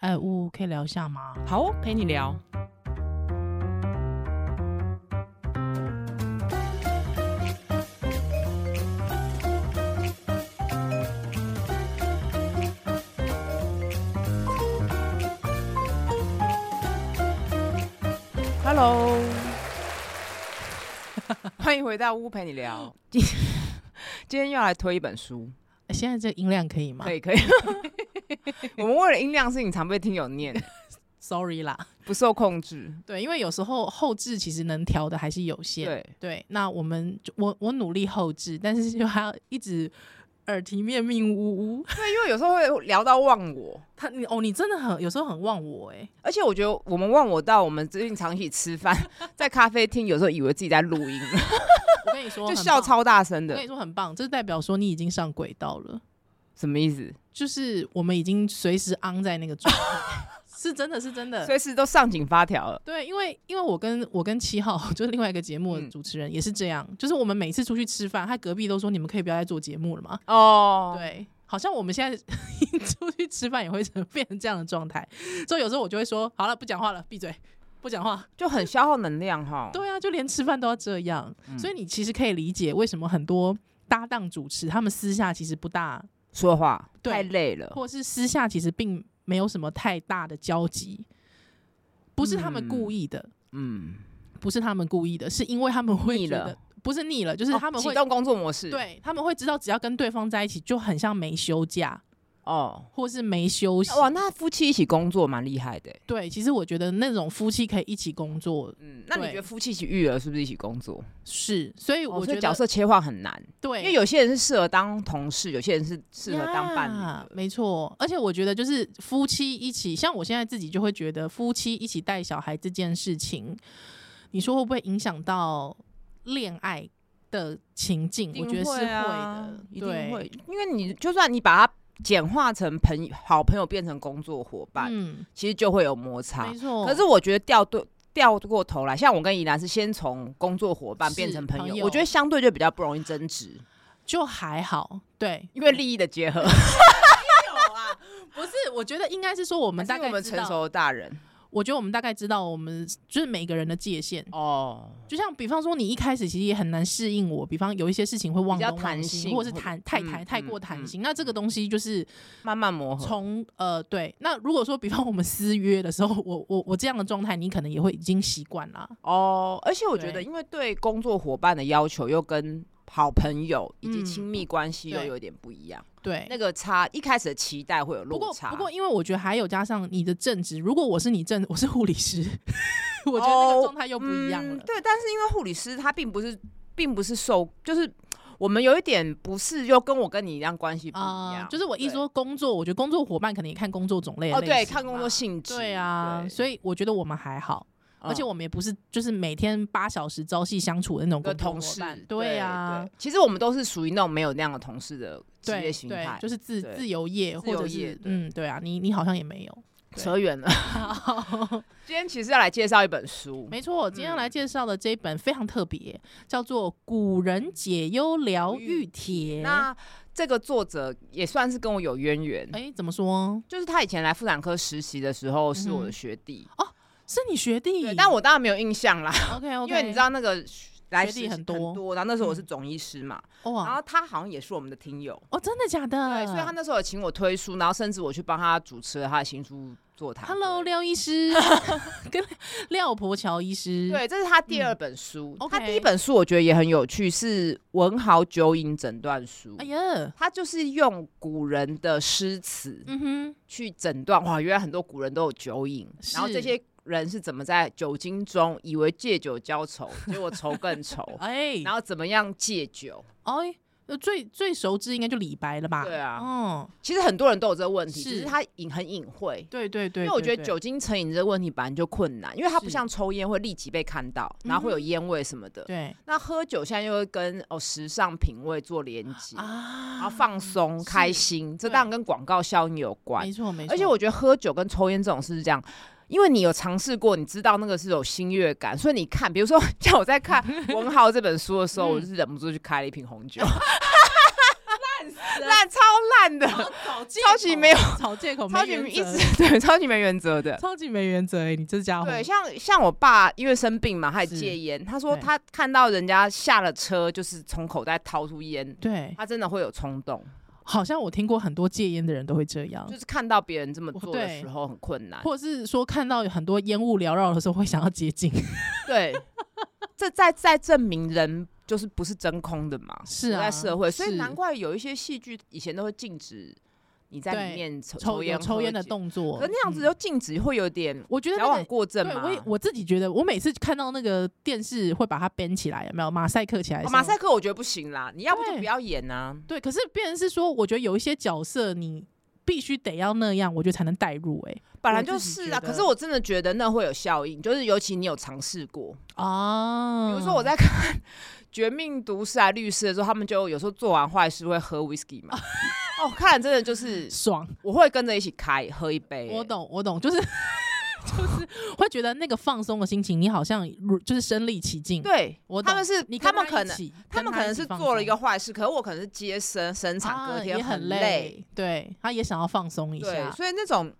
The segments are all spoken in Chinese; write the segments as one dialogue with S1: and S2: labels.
S1: 哎，呜，可以聊一下吗？
S2: 好哦，陪你聊。Hello，欢迎回到屋陪你聊。今 天要来推一本书，
S1: 哎现在这音量可以吗
S2: 可以可以。 我们为了音量事情常被听友念，
S1: ？Sorry 啦，
S2: 不受控制。
S1: 对，因为有时候后置其实能调的还是有限。
S2: 对，
S1: 那我们就我我努力后置，但是就还要一直耳提面命呜呜。
S2: 对，因为有时候会聊到忘我，
S1: 他你哦，你真的很有时候很忘我哎、
S2: 而且我觉得我们忘我到我们最近常一起吃饭， 在咖啡厅有时候以为自己在录音，
S1: 我跟你说，很
S2: 就笑
S1: 棒。
S2: 超大声
S1: 我跟
S2: 的
S1: 你，说很棒，这代表说你已经上轨道了，
S2: 什么意思？
S1: 就是我们已经随时昂在那个状态， 是真的是真的。
S2: 随时都上紧发条了。
S1: 对，因为因为我跟我跟七号 就是另外一个节目的
S2: 嗯
S1: 主持人、也是这样，就是我们每次出去吃饭，他隔壁都说你们可以不要再做节目了嘛。
S2: 哦，
S1: 对，好像我们现在 出去吃饭也会成 变成这样的状态，所以有时候我就会说好了，不讲话了，闭嘴，不讲话。
S2: 就很消耗能量哈。
S1: 对啊，就连吃饭都要这样，
S2: 嗯
S1: 所以你其实可以理解为什么很多搭档主持他们私下其实不大，
S2: 说话
S1: 对
S2: 太累了，
S1: 或是私下其实并没有什么太大的交集，不是他们故意的，
S2: 嗯，
S1: 不是他们故意的，是因为他们会
S2: 腻
S1: 觉
S2: 了
S1: 得不是腻了，就是
S2: 哦
S1: 他们
S2: 启
S1: 会、
S2: 动工作模式，，
S1: 对他们会知道，只要跟对方在一起，就很像没休假
S2: 哦，
S1: 或是没休息。
S2: 哇，那夫妻一起工作蛮厉害的欸。
S1: 对，其实我觉得那种夫妻可以一起工作
S2: 嗯，那你
S1: 对
S2: 觉得夫妻一起育儿是不是一起工作？
S1: 是，所以
S2: 哦
S1: 我
S2: 所
S1: 觉
S2: 以
S1: 得、
S2: 角色切换很难，
S1: 对，
S2: 因为有些人是适合当同事，有些人是适合当
S1: 呀
S2: 伴侣的。
S1: 啊没错。而且我觉得就是夫妻一起，像我现在自己就会觉得夫妻一起带小孩这件事情，你说会不会影响到恋爱的情境？
S2: 一
S1: 我
S2: 定
S1: 觉得是会的，
S2: 啊一定
S1: 对
S2: 会，因为你就算你把它简化成朋友、好朋友变成工作伙伴，
S1: 嗯，
S2: 其实就会有摩擦
S1: 没。错。
S2: 可是我觉得掉对。掉过头来，像我跟怡兰是先从工作伙伴
S1: 是
S2: 变成朋友，
S1: 朋友
S2: 我觉得相对就比较不容易争执，
S1: 就还好，对，
S2: 因为利益的结合。
S1: 不是，我觉得应该是说我们大
S2: 但是
S1: 概
S2: 我们
S1: 知
S2: 成
S1: 道
S2: 熟的大人
S1: 我觉得我们大概知道我们就是每个人的界限。
S2: 哦，
S1: 就像比方说，你一开始其实也很难适应我，比方有一些事情会忘
S2: 比较
S1: 东忘
S2: 弹
S1: 西，
S2: 性
S1: 或者是
S2: 或
S1: 弹太
S2: 嗯
S1: 弹太
S2: 嗯
S1: 过弹
S2: 嗯
S1: 性，那这个东西就是
S2: 慢慢磨合。
S1: 从呃对，那如果说比方我们私约的时候，我 我我这样的状态，你可能也会已经习惯啦。
S2: 哦，而且我觉
S1: 对
S2: 得，因为对工作伙伴的要求又跟好朋友以及
S1: 嗯
S2: 亲密关系又
S1: 对
S2: 有点不一样，
S1: 对，
S2: 那个差一开始的期待会有
S1: 不
S2: 落
S1: 过
S2: 差。
S1: 不过，因为我觉得还有加上你的正职，如果我是你正，我是护理师， 我觉得那
S2: 哦
S1: 个状态又不一样
S2: 嗯
S1: 了。
S2: 对，但是因为护理师他并不是，并不是受，就是我们有一点不是，又跟我跟你一样关系不一
S1: 啊、
S2: 样。
S1: 就是我一
S2: 对
S1: 说工作，我觉得工作伙伴可能也看工作种类的
S2: 哦，
S1: 类
S2: 对，
S1: 型
S2: 看工
S1: 嘛
S2: 作性质，嗯
S1: 对啊，所
S2: 以
S1: 以我觉得我们还好，而且我们也不是就是每天八小时朝夕相处的那种
S2: 的
S1: 工作
S2: 同
S1: 伙
S2: 事
S1: 伴，对啊
S2: 对，其实我们都是属于那种没有那样的同事的职业
S1: 对
S2: 形
S1: 对
S2: 态，，
S1: 就是自
S2: 对
S1: 自由业
S2: 自
S1: 或
S2: 由
S1: 者
S2: 业
S1: 是
S2: 对嗯
S1: 嗯，对啊，你你好像也没有，对
S2: 扯 远了。 今天其实要来介绍一本书，
S1: 没错，今天
S2: 嗯
S1: 要来介绍的这一本非常特别，叫做《古人解忧疗愈帖》。
S2: 那这个作者也算是跟我有渊源，
S1: 哎，怎么说？
S2: 就是他以前来妇产科实习的时候是我
S1: 嗯
S2: 的学弟，嗯
S1: 是你学弟
S2: 对，？但我当然没有印象啦，
S1: OK OK，
S2: 因为你知道那个来实习
S1: 学弟很多
S2: 然后那时候我
S1: 嗯
S2: 是总医师嘛，然
S1: 哇
S2: 后他好像也是我们的听友，
S1: 哦，真的假的？
S2: 对，所以他那时候有请我推书，然后甚至我去帮他主持了他的新书座谈会。
S1: Hello 廖医 师跟廖婆乔医师，
S2: 对，这是他第二本书。
S1: OK
S2: 他第一本书我觉得也很有趣，是《文豪酒饮诊断书》
S1: 哎呀，
S2: 他就是用古人的诗词
S1: 嗯哼，
S2: 去诊断，哇，原来很多古人都有酒瘾，
S1: 是
S2: 然后这些人是怎么在酒精
S1: ，
S2: 中以为借酒浇愁，结果愁更愁
S1: 哎，
S2: 然后怎么样戒酒？
S1: 哎，呃，最最熟知应该就李白了吧？
S2: 对啊
S1: 嗯，
S2: 其实很多人都有这个问题，
S1: 是
S2: 只是他隐很隐晦。
S1: 对对对，
S2: 因为我觉得
S1: 对
S2: 酒，精成瘾这个问题本来就困难，因为它不
S1: 是嗯
S2: 像抽烟会立即被看到，然后会有烟味什么的。
S1: 对
S2: 那喝酒现在又会跟哦时尚品味做连接，嗯然
S1: 啊
S2: 后放松、
S1: 是
S2: 开心，这
S1: 对
S2: 当然跟广告效应有关
S1: 没。错没错，
S2: 而且我觉得喝酒跟抽烟这种事是这样，因为你有尝试过，你知道那个是有新悦感，所以你看，比如说 像我 在看文豪这本书的时候，
S1: 嗯
S2: 我就是忍不住去开了一瓶红酒，烂超烂的，
S1: 超
S2: 超级没有
S1: 找借口，
S2: 超
S1: 哦没
S2: 级
S1: 原
S2: 一直
S1: 则，
S2: 对超级没原则的。
S1: 超级没原则哎，你这家伙，
S2: 对，像像我爸因为生病嘛，他也
S1: 是
S2: 戒烟。他说
S1: 对
S2: 他看到人家下了车，就是从口袋掏出烟，
S1: 对，
S2: 他真的会有冲动，
S1: 好像我听过很多戒烟的人都会这样
S2: 就，是看到别人这么做的
S1: 哦对
S2: 时候很困难。
S1: 或者是说看到有很多烟雾缭绕的时候会想要接近，
S2: 对，这在在证明人就是不是真空的嘛，
S1: 是
S2: 活
S1: 啊
S2: 在社会，所以
S1: 是
S2: 难怪有一些戏剧以前都会禁止你在里
S1: 对
S2: 面抽
S1: 抽有
S2: 烟、
S1: 抽
S2: 喝
S1: 烟的
S2: 酒，
S1: 动作，
S2: 可那样子
S1: 嗯
S2: 又禁止会有点
S1: 我觉得
S2: 矫
S1: 那
S2: 枉
S1: 个
S2: 过正
S1: 对
S2: 嘛。
S1: 我也我自己觉得，我每次看到那个电视会把它编起来，有没有马赛克起来的时
S2: 哦
S1: 候？
S2: 马赛克我觉得不行啦，你要不就
S1: 对
S2: 不要演啊。
S1: 对，可是变成是说，我觉得有一些角色你必须得要那样，我觉得才能代入、欸。
S2: 本
S1: 我
S2: 来就
S1: 自己
S2: 是
S1: 觉
S2: 啊，可
S1: 得
S2: 是我真的觉得那会有效应，就是尤其你有尝试过，
S1: 哎，啊，
S2: 比如 说我在看《绝命毒师》啊、律师的时候，他们就有时候做完坏事会喝 whisky 嘛。哦，看了真的就是
S1: 爽，
S2: 我会跟着一起开喝一杯、
S1: 我。懂，我懂，就是 就是会觉得那个放松的心情，你好像如就是身临其境。，
S2: 对，
S1: 我懂
S2: 他们是
S1: 你跟
S2: 他们
S1: 一
S2: 可能
S1: 起
S2: 他
S1: 跟
S2: 们可能
S1: 一起
S2: 是
S1: 放
S2: 做了一个
S1: 松
S2: 坏事，可是我可能是接生生产，
S1: 啊
S2: 隔
S1: 也
S2: 天
S1: 很
S2: 累。，
S1: 对他也想要放松一
S2: 对，
S1: 下。
S2: 所以那种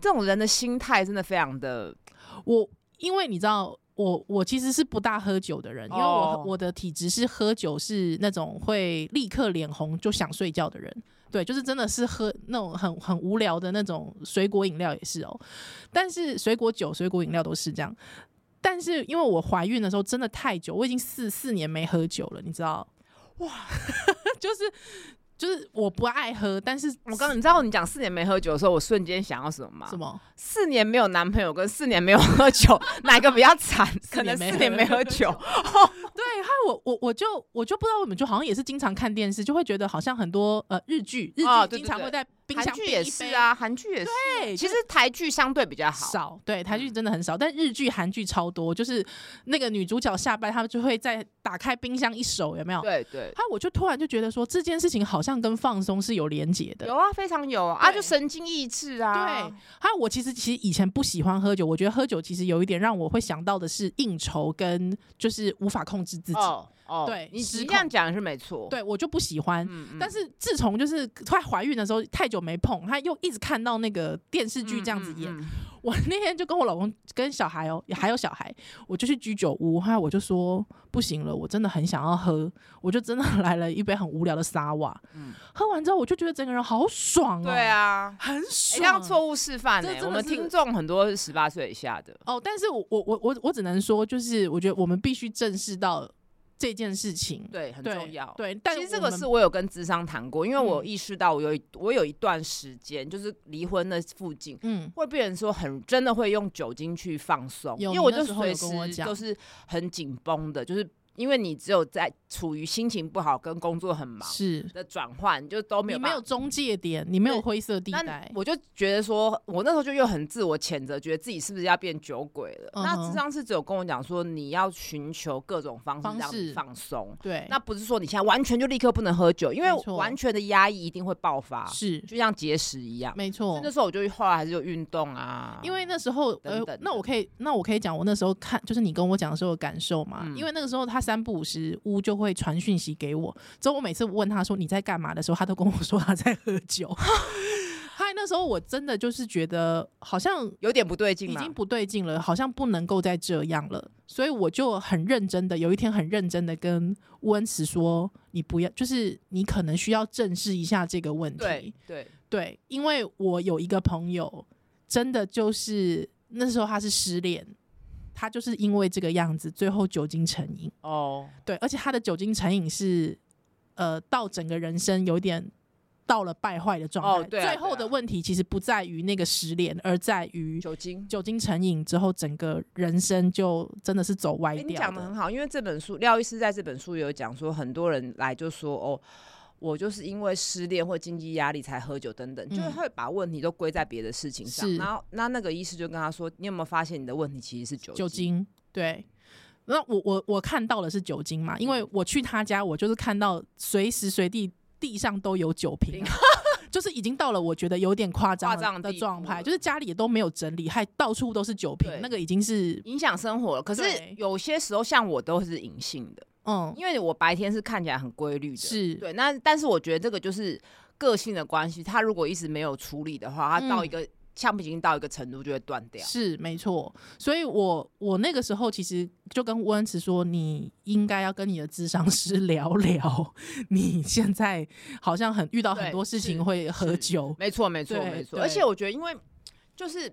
S2: 这种人的心态真的非常的
S1: 我因为你知道。我我其实是不大喝酒的人，因为我、
S2: 哦
S1: 我的体质是喝酒是那种会立刻脸红就想睡觉的人，对，就是真的是喝那种很很无聊的那种水果饮料也是哦，但是水果酒、水果饮料都是这样。但是因为我怀孕的时候真的太久，我已经四四年没喝酒了，你知道？哇， 就是就是我不爱喝，但是
S2: 我刚，你知道你讲四年没喝酒的时候，我瞬间想要什么吗？
S1: 什么？
S2: 四年没有男朋友跟四年没有喝酒， 哪个比较惨？可能
S1: 年没
S2: 四年没喝酒。
S1: 对，还有我我我就我就不知道为什么，就好像也是经常看电视，就会觉得好像很多呃日剧，日
S2: 哦
S1: 剧
S2: 对对
S1: 经常
S2: 对
S1: 会在冰
S2: 韩
S1: 箱
S2: 剧
S1: 冰
S2: 也
S1: 一
S2: 是
S1: 杯，
S2: 啊，韩剧也是。
S1: 对，
S2: 其
S1: 就
S2: 实台剧相对比较好，嗯
S1: 少，对台剧真的很少，但日剧、韩剧超多，就是那个女主角下班，她们就会在打开冰箱一手，有没有？
S2: 对对，
S1: 她我就突然就觉得说这件事情好像跟放松是有连结的
S2: 有。啊，非常有啊，啊
S1: 对
S2: 就神经抑制啊，
S1: 对，还有我其实其实以前不喜欢喝酒，我觉得喝酒其实有一点让我会想到的是应酬跟就是无法控制自己，
S2: 哦哦，
S1: 对
S2: 你
S1: 失
S2: 你
S1: 控
S2: 这样讲是没错，，
S1: 对我就不喜欢。
S2: 嗯嗯
S1: 但是自从就是她怀孕的时候太久没碰，她又一直看到那个电视剧这样子演，
S2: 嗯嗯嗯
S1: 我那天就跟我老公跟小孩哦，还有小孩，我就去居酒屋，后来我就说不行了，我真的很想要喝，我就真的来了一杯很无聊的沙瓦，
S2: 嗯
S1: 喝完之后我就觉得整个人好爽哦，
S2: 对，啊。
S1: 很
S2: 哎，
S1: 爽，
S2: 这样错误示范
S1: 这
S2: 呢
S1: 真？的
S2: 我们
S1: 是
S2: 听众很多是十八岁以下的，
S1: 哦，但是我我我我我只能说，就是我觉得我们必须正视到这件事情，
S2: 对，很
S1: 对
S2: 重要。
S1: 对，但
S2: 其实这
S1: 我
S2: 个
S1: 们
S2: 是我有跟智商谈过，因为我
S1: 嗯
S2: 意识到我有一我有一段时间就是离婚那附近，
S1: 嗯
S2: 会变成说很真的会用酒精去放松，
S1: 有
S2: 因为
S1: 你
S2: 我
S1: 那
S2: 就
S1: 时候
S2: 随
S1: 有跟我
S2: 时
S1: 讲
S2: 都是很紧绷的，就是因为你只有在处于心情不好跟工作很忙
S1: 是，
S2: 的转换，就都没
S1: 你
S2: 有
S1: 没
S2: 办
S1: 有
S2: 法。
S1: 中界点，你没有
S2: 对
S1: 灰色地
S2: 那
S1: 带，
S2: 我就觉得说，我那时候就又很自我谴责，觉得自己是不是要变酒鬼了。
S1: 嗯
S2: 那
S1: 哼
S2: 智商是只有跟我讲说，你要寻求各种方式
S1: 方
S2: 让你
S1: 式
S2: 放松。
S1: 对，
S2: 那不是说你现在完全就立刻不能喝酒，因为
S1: 没错
S2: 完全的压抑一定会爆发，
S1: 是
S2: 就像节食一样。
S1: 没错
S2: 所以，那时候我就后来还是有运动啊，
S1: 因为那时候，
S2: 等等
S1: 呃，那
S2: 的
S1: 我可以，那我可以讲我那时候看，就是你跟我讲的时候的感受嘛。
S2: 嗯
S1: 因为那个时候他三不五时屋就会传讯息给我，之后我每次问他说你在干嘛的时候，他都跟我说他在喝 酒。嗨，那时候我真的就是觉得好像
S2: 有点不对劲
S1: 已
S2: 嘛
S1: 经。不对劲了，好像不能够再这样了，所以我就很认真的，有一天很认真的跟乌恩慈说，你不要，就是你可能需要正视一下这个问题。
S2: 对对，
S1: 对，因为我有一个朋友，真的就是那时候他是失恋，他就是因为这个样子，最后酒精成瘾。
S2: 哦，
S1: 对，而且他的酒精成瘾是，呃，到整个人生有点到了败坏的状态。
S2: 哦对啊
S1: 最后
S2: 对
S1: 的
S2: 啊
S1: 问题其实不在于那个失联，而在于
S2: 酒精。
S1: 酒精成瘾之后，整个人生就真的是走歪
S2: 哎，你
S1: 掉
S2: 讲的很
S1: 的。
S2: 好，因为这本书廖医师在这本书有讲说，很多人来就说哦，我就是因为失恋或经济压力才喝酒等等，就
S1: 嗯
S2: 会把问题都归在别的事情上
S1: 是。
S2: 然后那那个医师就跟他说，你有没有发现你的问题其实是酒
S1: 酒精，对。那我我我看到的是酒精
S2: 嗯
S1: 嘛，因为我去他家，我就是看到随时随地地上都有酒瓶啊、 就是已经到了我觉得有点夸张
S2: 夸张
S1: 的
S2: 的
S1: 的状
S2: 地步
S1: 态，
S2: 了
S1: 就是家里也都没有整理，还到处都是酒瓶
S2: 对，
S1: 那个已经是
S2: 影响生活了？可是
S1: 对
S2: 有些时候，像我都是隐性的，
S1: 嗯
S2: 因为我白天是看起来很规律的，
S1: 是
S2: 对。啊那但是我觉得这个就是个性的关系，他如果一直没有处理的话，他到
S1: 嗯
S2: 一个橡皮筋到一个程度就会断掉。
S1: 是没错，所以我我那个时候其实就跟温慈说，你应该要跟你的智商师 聊聊，你现在好像很遇到很
S2: 对
S1: 多事情
S2: 是
S1: 会喝
S2: 是
S1: 酒，
S2: 没错，没错，
S1: 对
S2: 没错。
S1: 对
S2: 而且我觉得，因为就是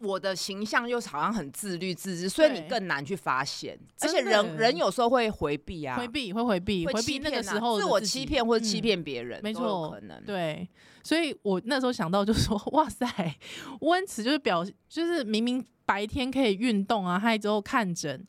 S2: 我的形象又好像很自律自制，所以
S1: 对
S2: 你更难去发现。而
S1: 真
S2: 且
S1: 的
S2: 人人有时候会回避啊，
S1: 回避会回避
S2: 会
S1: 回避
S2: 欺
S1: 那个
S2: 骗啊
S1: 时候
S2: 自
S1: 的
S2: 我
S1: 自己
S2: 欺骗或者欺
S1: 嗯
S2: 骗别人，
S1: 没
S2: 都有
S1: 错
S2: 可能。
S1: 对，所以我那时候想到就说， 哇塞，温慈就是表，就是明明白天可以运动啊，还之后看诊，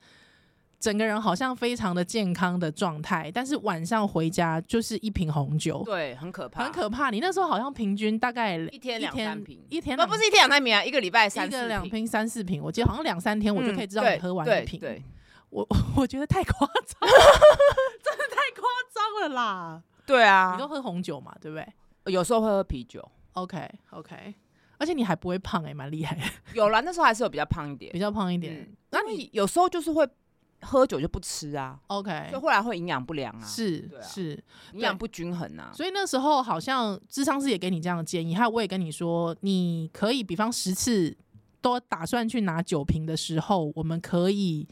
S1: 整个人好像非常的健康的状态，但是晚上回家就是一瓶红酒，
S2: 对，很可怕，
S1: 很可怕。你那时候好像平均大概
S2: 一天两三瓶
S1: 一天
S2: 不
S1: 两
S2: 不是一天两三瓶啊，一个礼拜三
S1: 一个
S2: 四
S1: 两瓶三四瓶，我记得好像两三天我就可以知道
S2: 嗯
S1: 你喝完
S2: 对
S1: 一瓶。
S2: 对，
S1: 我 我觉得太夸张了， 真的太夸张了啦！
S2: 对啊
S1: 你都，喝红酒嘛，对不对？
S2: 有时候会喝啤酒。
S1: OK OK，而且你还不会胖哎、蛮厉害的，
S2: 有啦，那时候还是有比较胖一点
S1: 比，较胖一点。
S2: 嗯，
S1: 那
S2: 那
S1: 你
S2: 你有时候就是会喝酒就不吃啊，
S1: OK
S2: 所以后来会营养不良啊，
S1: 是、
S2: 对啊
S1: 是，
S2: 营养不均衡啊。
S1: 所以那时候好像智商师也给你这样的建议，还有我也跟你说，你可以比方十次都打算去拿酒瓶的时候，我们可以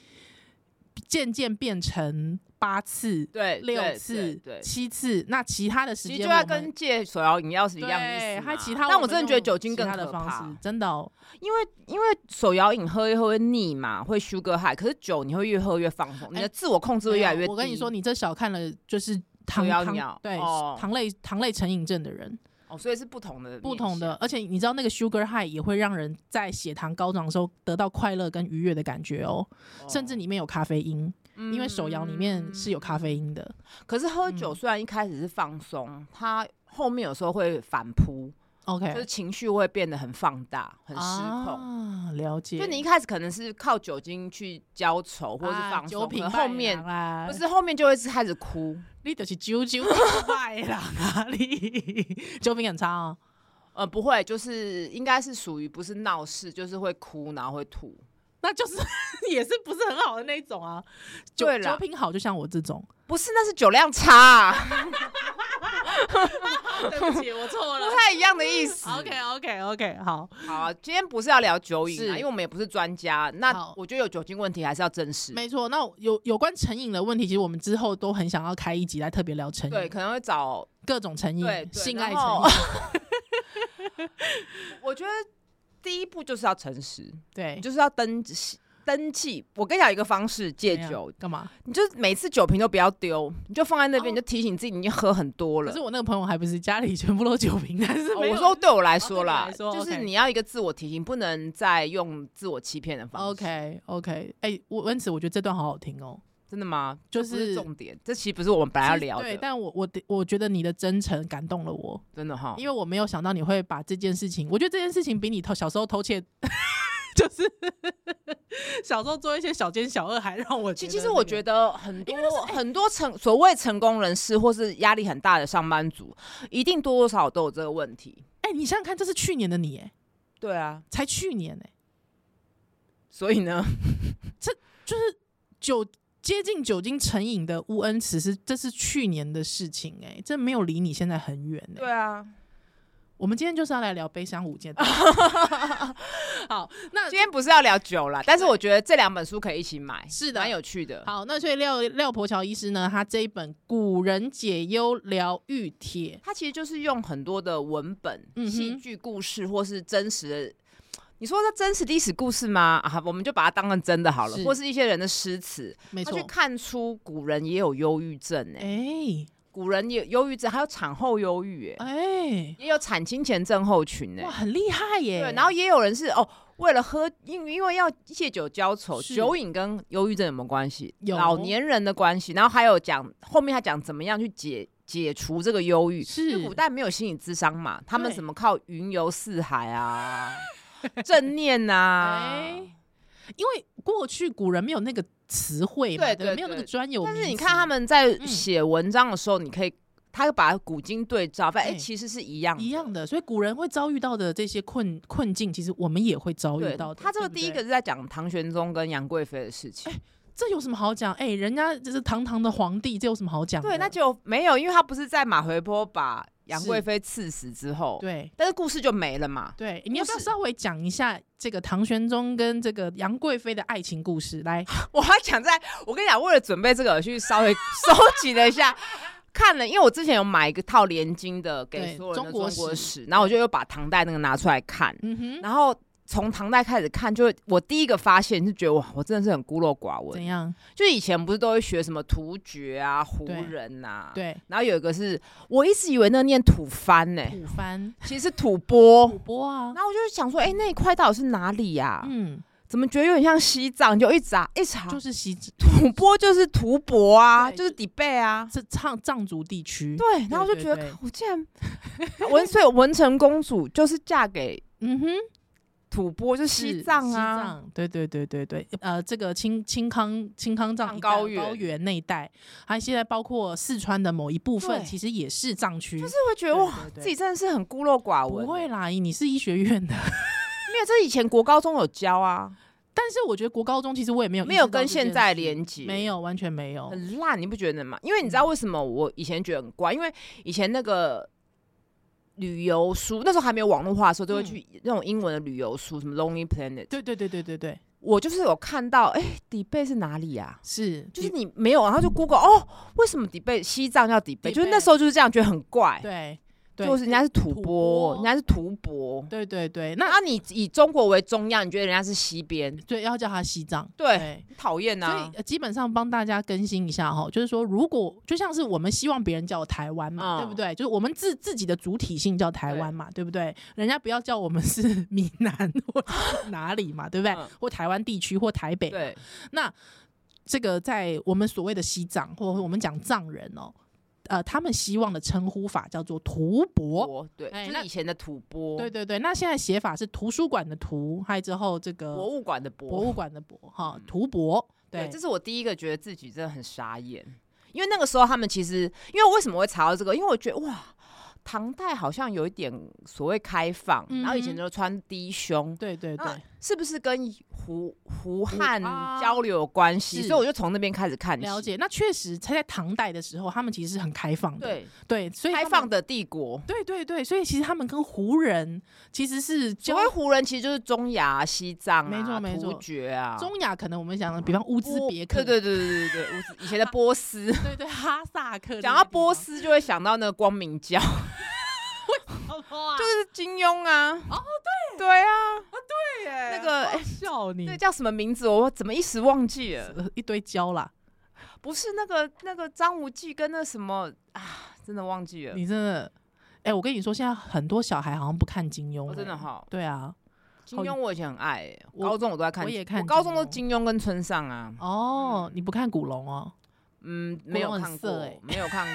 S1: 渐渐变成八次。
S2: 对，
S1: 六
S2: 对
S1: 次、
S2: 对，对
S1: 七次，那其他的时间
S2: 其实就
S1: 我
S2: 要
S1: 们
S2: 跟戒手摇饮料是一
S1: 对，
S2: 样的意思嘛。啊
S1: 还有其他，
S2: 但我真的觉得酒精更
S1: 的
S2: 可
S1: 方
S2: 怕
S1: 式，，真的哦、
S2: 因为因为手摇饮喝一喝会腻嘛，会 sugar high，可是酒你会越喝越放松，你
S1: 哎
S2: 的自我控制会越来
S1: 没
S2: 越
S1: 有
S2: 低。
S1: 我跟你说，，你这小看了就是糖
S2: 有药
S1: 糖
S2: 尿
S1: 对、
S2: 哦
S1: 糖类糖类成瘾症的人，
S2: 哦，所以是不同的面
S1: 不同的
S2: 向，，
S1: 而且你知道那个 sugar high 也会让人在血糖高涨的时候得到快乐跟愉悦的感觉哦，
S2: 哦
S1: 甚至里面有咖啡因，因为手摇里面
S2: 嗯
S1: 是有咖啡因的，
S2: 可是喝酒
S1: 嗯
S2: 虽然一开始是放松，它后面有时候会反扑，嗯就
S1: OK，
S2: 是情绪会变得很放大、很失控。
S1: 啊，了解，
S2: 就你一开始可能是靠酒精去浇愁或者是
S1: 啊
S2: 放
S1: 酒
S2: 松，
S1: 瓶
S2: 可后面
S1: 啦，
S2: 不是后面就会是开始哭。
S1: 你就是酒酒败啦哪里？酒瓶很差哦，
S2: 呃，不会，就是应该是属于不是闹事，就是会哭，然后会吐。
S1: 那就是 也是不是很好的那一种啊，酒
S2: 对啦
S1: 酒品好就像我这种。
S2: 不是，那是酒量差啊、
S1: 对不起，我错
S2: 不。太一样的意思。
S1: OK OK OK，好，
S2: 好啊，今天不是要聊酒瘾
S1: 是
S2: 啊，因为我们也不是专家。那
S1: 好
S2: 我觉得有酒精问题还是要正视。
S1: 没错。那有有关成瘾的问题，其实我们之后都很想要开一集来特别聊成
S2: 对，
S1: 瘾，
S2: 可能会找
S1: 各种成瘾
S2: 对，对
S1: 性爱
S2: 然
S1: 成
S2: 后
S1: 瘾，
S2: 我觉得第一步就是要诚实，
S1: 对
S2: 你，就是要登记登记。我跟你讲一个方式戒
S1: 怎样
S2: 酒，
S1: 干嘛？
S2: 你就每次酒瓶都不要丢，你就放在那
S1: 哦
S2: 边，你就提醒自己你已经喝很多
S1: 可
S2: 了
S1: 是。我那个朋友还不是家里全部都酒瓶，但是
S2: 哦
S1: 没有
S2: 我说对我来说
S1: 哦对
S2: 啦，
S1: 你来说
S2: 就是
S1: ，OK
S2: 你要一个自我提醒，不能再用自我欺骗的方式。
S1: OK OK，哎，我温此我觉得这段好好听哦，
S2: 真的吗？
S1: 就
S2: 这不是
S1: 是。
S2: 重点，这其实不是我们本来要聊
S1: 对，
S2: 的，
S1: 但我我的我觉得你的真诚感动了我，
S2: 真的哈。
S1: 因为我没有想到你会把这件事情，我觉得这件事情比你偷小时候偷窃， 就是 小时候做一些小奸小恶，还让我
S2: 其
S1: 觉
S2: 其实
S1: 那
S2: 我
S1: 个
S2: 觉得很多
S1: 哎
S2: 很多成所谓成功人士或是压力很大的上班族，一定多多少少都有这个问题。
S1: 哎、你想想看，这是去年的你，哎，
S2: 对啊，
S1: 才去年哎、
S2: 所以呢，
S1: 就是酒接近酒精成瘾的乌恩慈是，这是去年的事情哎、这没有离你现在很远哎、
S2: 对啊，
S1: 我们今天就是要来聊悲伤五 件。好，那
S2: 今天不是要聊 酒啦，但是我觉得这两本书可以一起买，
S1: 是的
S2: 蛮有趣的。
S1: 好，那所以廖廖婆乔医师呢，他这一本《古人解忧疗愈帖》，
S2: 它其实就是用很多的文本、
S1: 嗯哼
S2: 戏剧故事或是真实的。你说它真实历史故事吗？啊，我们就把它当成真的好了，
S1: 是
S2: 或是一些人的诗词，
S1: 没
S2: 他
S1: 错
S2: 去，看出古人也有忧郁症哎、
S1: 哎、
S2: 古人有忧郁症，还有产后忧郁，哎，
S1: 哎、
S2: 也有产期前症候群，哎
S1: 哇，，很厉害耶！
S2: 对，然后也有人是哦，为了喝，因因为要借酒浇愁，
S1: 是
S2: 酒瘾跟忧郁症有没有关系？
S1: 有
S2: 老年人的关系，然后还有讲后面他讲怎么样去解解除这个忧郁，
S1: 是
S2: 因为古代没有心理智商嘛，他们
S1: 对
S2: 怎么靠云游四海 啊，正念啊？
S1: 哎因为过去古人没有那个词汇嘛，
S2: 对
S1: 对不
S2: 对
S1: 没有那个
S2: 对
S1: 专有名
S2: 但
S1: 词。嗯
S2: 是你看他们在写文章的时候，你可以。他把古今对照，发现哎，
S1: 对
S2: 其实是一样的
S1: 一样的，所以古人会遭遇到的这些困困境，其实我们也会遭遇
S2: 对
S1: 到的。
S2: 他这个
S1: 对不
S2: 第一
S1: 对
S2: 个是在讲唐玄宗跟杨贵妃的事情，
S1: 这有什么好讲？哎、人家就是堂堂的皇帝，这有什么好讲的？
S2: 对，那就没有，因为他不是在马回坡把杨
S1: 是
S2: 贵妃刺死之后，，
S1: 对
S2: 但是故事就没了嘛。
S1: 对，你要不要
S2: 是
S1: 稍微讲一下这个唐玄宗跟这个杨贵妃的爱情故事？来，
S2: 我还想在，我跟你讲，为了准备这个，我去稍 微收集了一下。看了，因为我之前有买一个套连经的
S1: 对
S2: 给所有人的
S1: 中
S2: 中
S1: 国
S2: 国
S1: 史
S2: 史，然后我就又把唐代那个拿出来看，
S1: 嗯哼，
S2: 然后从唐代开始看，就我第一个发现是觉得哇，我真的是很孤陋寡
S1: 怎
S2: 闻。
S1: 样？
S2: 就以前不是都会学什么突厥啊、胡
S1: 对
S2: 人呐、啊，，
S1: 对，
S2: 然后有一个是我一直以为那念吐蕃呢、
S1: 吐蕃、
S2: 其实是吐蕃，
S1: 吐蕃啊，
S2: 然后我就想说，哎、那一块到底是哪里呀、
S1: 嗯，
S2: 怎么觉得有点像西藏？就一查一查，
S1: 就是西
S2: 吐蕃就是吐蕃啊，
S1: 对
S2: 就是底贝啊。
S1: 这藏藏族地区，
S2: 对，然后我就
S1: 对
S2: 觉
S1: 对
S2: 得，靠我竟然文， 所以文成公主就是嫁给
S1: 嗯哼，
S2: 吐蕃，就是西藏啊。，
S1: 西藏对对对对对，呃，这个青青康青康藏
S2: 藏
S1: 一带
S2: 高原
S1: 高原那一带，还有现在包括四川的某一部分，
S2: 对
S1: 其实也是藏区，就是
S2: 就会觉得哇，自己真的是很孤陋寡闻。
S1: 不会啦，你是医学院的，
S2: 没有，这以前国高中有教啊，
S1: 但是我觉得国高中其实我也没有
S2: 没
S1: 意识
S2: 有
S1: 到
S2: 跟
S1: 这件
S2: 现在
S1: 事
S2: 连接，
S1: 没有完全没有，
S2: 很烂，你不觉得吗？因为你知
S1: 嗯
S2: 道为什么我以前觉得很怪，因为以前那个旅游书，那时候还没有网络化的时候，都
S1: 嗯
S2: 会去那种英文的旅游书，什么 Lonely Planet，
S1: 对对对对对对，
S2: 我就是有看到，哎、迪贝是哪里呀、
S1: 是
S2: 就是你没有，然后就 Google 哦，为什么迪贝西藏叫迪贝？
S1: 迪
S2: 就是
S1: 拜
S2: 那时候就是这样，觉得很怪，
S1: 对对，
S2: 就是人家是吐
S1: 吐蕃
S2: 蕃，人家是吐蕃。
S1: 对对对，
S2: 那
S1: 那
S2: 啊你以中国为中央，你觉得人家是西边？
S1: 对要叫他西藏，
S2: 对。讨厌啊
S1: 所
S2: 呐
S1: 以、！呃基本上帮大家更新一下哈，就是说，如果就像是我们希望别人叫我台湾嘛，
S2: 嗯
S1: 对不对？就是我们自自己的主体性叫台湾嘛，对不对？人家不要叫我们是闽南 或者是哪里嘛，对不对？
S2: 嗯
S1: 或台湾地区或台北。
S2: 对，
S1: 那这个在我们所谓的西藏，或者我们讲藏人哦，呃，他们希望的称呼法叫做吐蕃。
S2: 国对，
S1: 哎
S2: 就
S1: 那
S2: 是以前的吐蕃，
S1: 对对对，那现在写法是图书馆的图，还有之后这个
S2: 博物馆的
S1: 博物馆的博哈，图博。
S2: 对，
S1: 对，
S2: 这是我第一个觉得自己真的很傻眼，因为那个时候他们其实，因为为什么会查到这个？因为我觉得哇，唐代好像有一点所谓开放，然后以前
S1: 嗯哼
S2: 都穿低胸，
S1: 对对对
S2: 那，是不是跟胡胡汉
S1: 啊
S2: 交流有关系？
S1: 是
S2: 所以我就从那边开始看起
S1: 了。解，那确实，他在唐代的时候，他们其实是很开放的，
S2: 对，
S1: 对，所以他
S2: 开
S1: 们
S2: 放，的帝国。
S1: 对对对，所以其实他们跟胡人其实是
S2: 所
S1: 交
S2: 谓胡人其实就是中亚、西藏啊、
S1: 没错没错
S2: 突厥啊、
S1: 中亚，可能我们讲的，比方乌兹
S2: 波
S1: 别克，
S2: 对对对对对对，乌兹以前的波斯。
S1: 对对，哈萨克，
S2: 讲到波，斯，就会想到那个光明 教，就是金庸啊。哦，对，对啊，
S1: 哦
S2: 那个哎
S1: 笑你
S2: 那，叫什么名字？我怎么一时忘记了？
S1: 呃一堆胶啦，
S2: 不是那个那个张无忌跟那什么啊，真的忘记了。
S1: 你真的，哎，我跟你说，现在很多小孩好像不看金庸
S2: 我
S1: 了，
S2: 哦真的哈，
S1: 对啊，
S2: 金庸我以前很爱欸，
S1: 我
S2: 高中我都在看，
S1: 我也看
S2: 我高中都
S1: 金
S2: 金庸跟村上啊，
S1: 哦，你不看古龙哦，
S2: 嗯，没有
S1: 很
S2: 看
S1: 色
S2: 过
S1: 欸，
S2: 没有看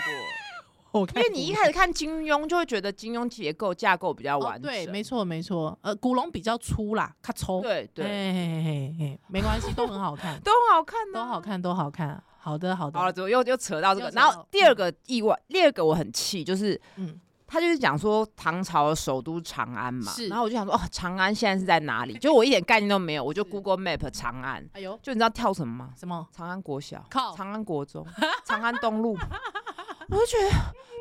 S2: 过，
S1: 我
S2: 因为你一开始看金庸就会觉得金庸结构架构比较
S1: 哦
S2: 完整，
S1: 对，没错没错，呃，古龙比较粗啦，咔抽，
S2: 对对，，
S1: 哎，嘿嘿嘿没关系，都很好看
S2: 都好看啊，
S1: 都好看，都好看。好的，好的，
S2: 好了，怎么又又扯到这个
S1: 又？扯
S2: 然
S1: 到
S2: 后第二个意外，第二个我很气，就是
S1: 嗯，
S2: 他就是讲说唐朝的首都长安嘛
S1: 是，
S2: 然后我就想说，哦，长安现在是在哪 里？就我一点概念都没有，我就是 Google Map 长安，
S1: 哎呦，
S2: 就你知道跳什么吗？
S1: 什么？
S2: 长安国小、
S1: 靠
S2: 长安国中、长安东路， 我就觉得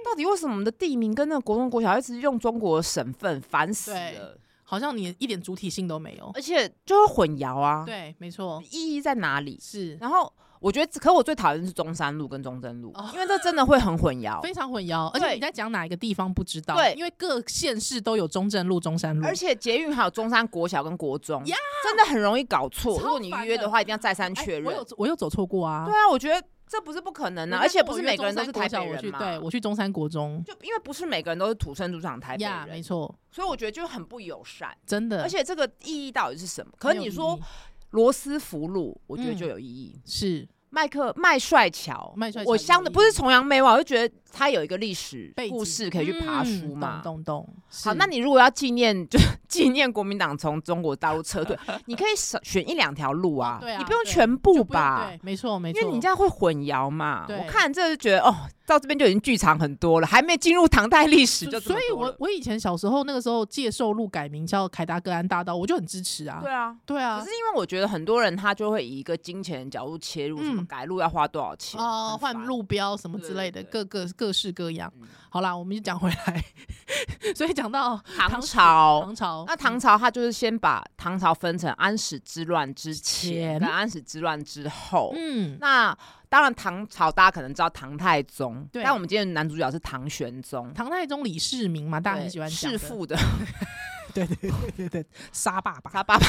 S2: 到底为什么我们的地名跟那个国中国小一直用中国的省份，烦死
S1: 对
S2: 了，
S1: 好像你一点主体性都没有。
S2: 而且就会混淆啊，
S1: 对，没错，
S2: 意义在哪里？
S1: 是
S2: 然后我觉得，可我最讨厌是中山路跟中正路
S1: 哦，
S2: 因为这真的会很混淆。
S1: 非常混淆，而且
S2: 对
S1: 你在讲哪一个地方不知道，
S2: 对
S1: 因为各县市都有中正路、中山路，哎
S2: 而且捷运还有中山国小跟国中
S1: 呀
S2: 真的很容易搞错。
S1: 超
S2: 如果你
S1: 烦
S2: 约
S1: 的
S2: 的话，一定要再三
S1: 哎
S2: 确认。
S1: 我有我有走错过啊
S2: 对，啊，我觉得这不是不可能
S1: 我
S2: 啊，
S1: 在
S2: 而且不
S1: 我
S2: 是
S1: 约
S2: 每个人
S1: 中
S2: 都是
S1: 山国
S2: 台
S1: 小
S2: 北
S1: 我去
S2: 人嘛，
S1: 对，我去中山国中
S2: 就因为不是每个人都是土生土长台北
S1: 呀，没
S2: 人，
S1: 错，
S2: 所以我觉得就很不友善。
S1: 真的。
S2: 而且这个意义到底是什么？可是
S1: 没有
S2: 你
S1: 意
S2: 说
S1: 义
S2: 罗斯福路，我觉得
S1: 嗯
S2: 就有意义。
S1: 是
S2: 麦克麦帅桥，
S1: 麦帅桥
S2: 我相
S1: 有
S2: 的
S1: 意义
S2: 不是崇洋媚外，我就觉得它有一个历史
S1: 背景
S2: 故事可以去爬书嘛。
S1: 嗯懂懂懂。
S2: 好，
S1: 是
S2: 那你如果要纪念，就是 纪念国民党从中国大陆撤 退，你可以少选一两条路啊，
S1: 对啊
S2: 你不用
S1: 对
S2: 全
S1: 就
S2: 部
S1: 不用
S2: 吧
S1: 对，，没错没错，
S2: 因为你这样会混淆嘛。
S1: 对
S2: 我看这就觉得哦，到这边就已经剧场很多了，还没进入唐代历史
S1: 就
S2: 就这么
S1: 所以
S2: 多
S1: 我
S2: 了
S1: 我以前小时候那个时候介寿路改名叫凯达格兰大道，我就很支持啊。
S2: 对啊。
S1: 对啊
S2: 可是，因为我觉得很多人他就会以一个金钱的角度切入，什么
S1: 嗯
S2: 改路要花多少钱
S1: 哦，
S2: 很
S1: 换
S2: 烦
S1: 路标什么
S2: 对
S1: 之类的，
S2: 对
S1: 各个各式各样
S2: 嗯。
S1: 好啦，我们就讲回来， 所以讲到
S2: 唐
S1: 史
S2: 朝
S1: 唐朝，嗯
S2: 那唐朝他就是先把唐朝分成安史之乱之前
S1: 前
S2: 跟安史之乱之后。
S1: 嗯，
S2: 那当然，唐朝大家可能知道唐太宗，
S1: 对
S2: 但我们今天的男主角是唐玄宗，
S1: 唐太宗李世民嘛，大家很
S2: 对
S1: 喜欢讲
S2: 弑
S1: 的，
S2: 父的
S1: 杀爸爸，
S2: 他爸爸，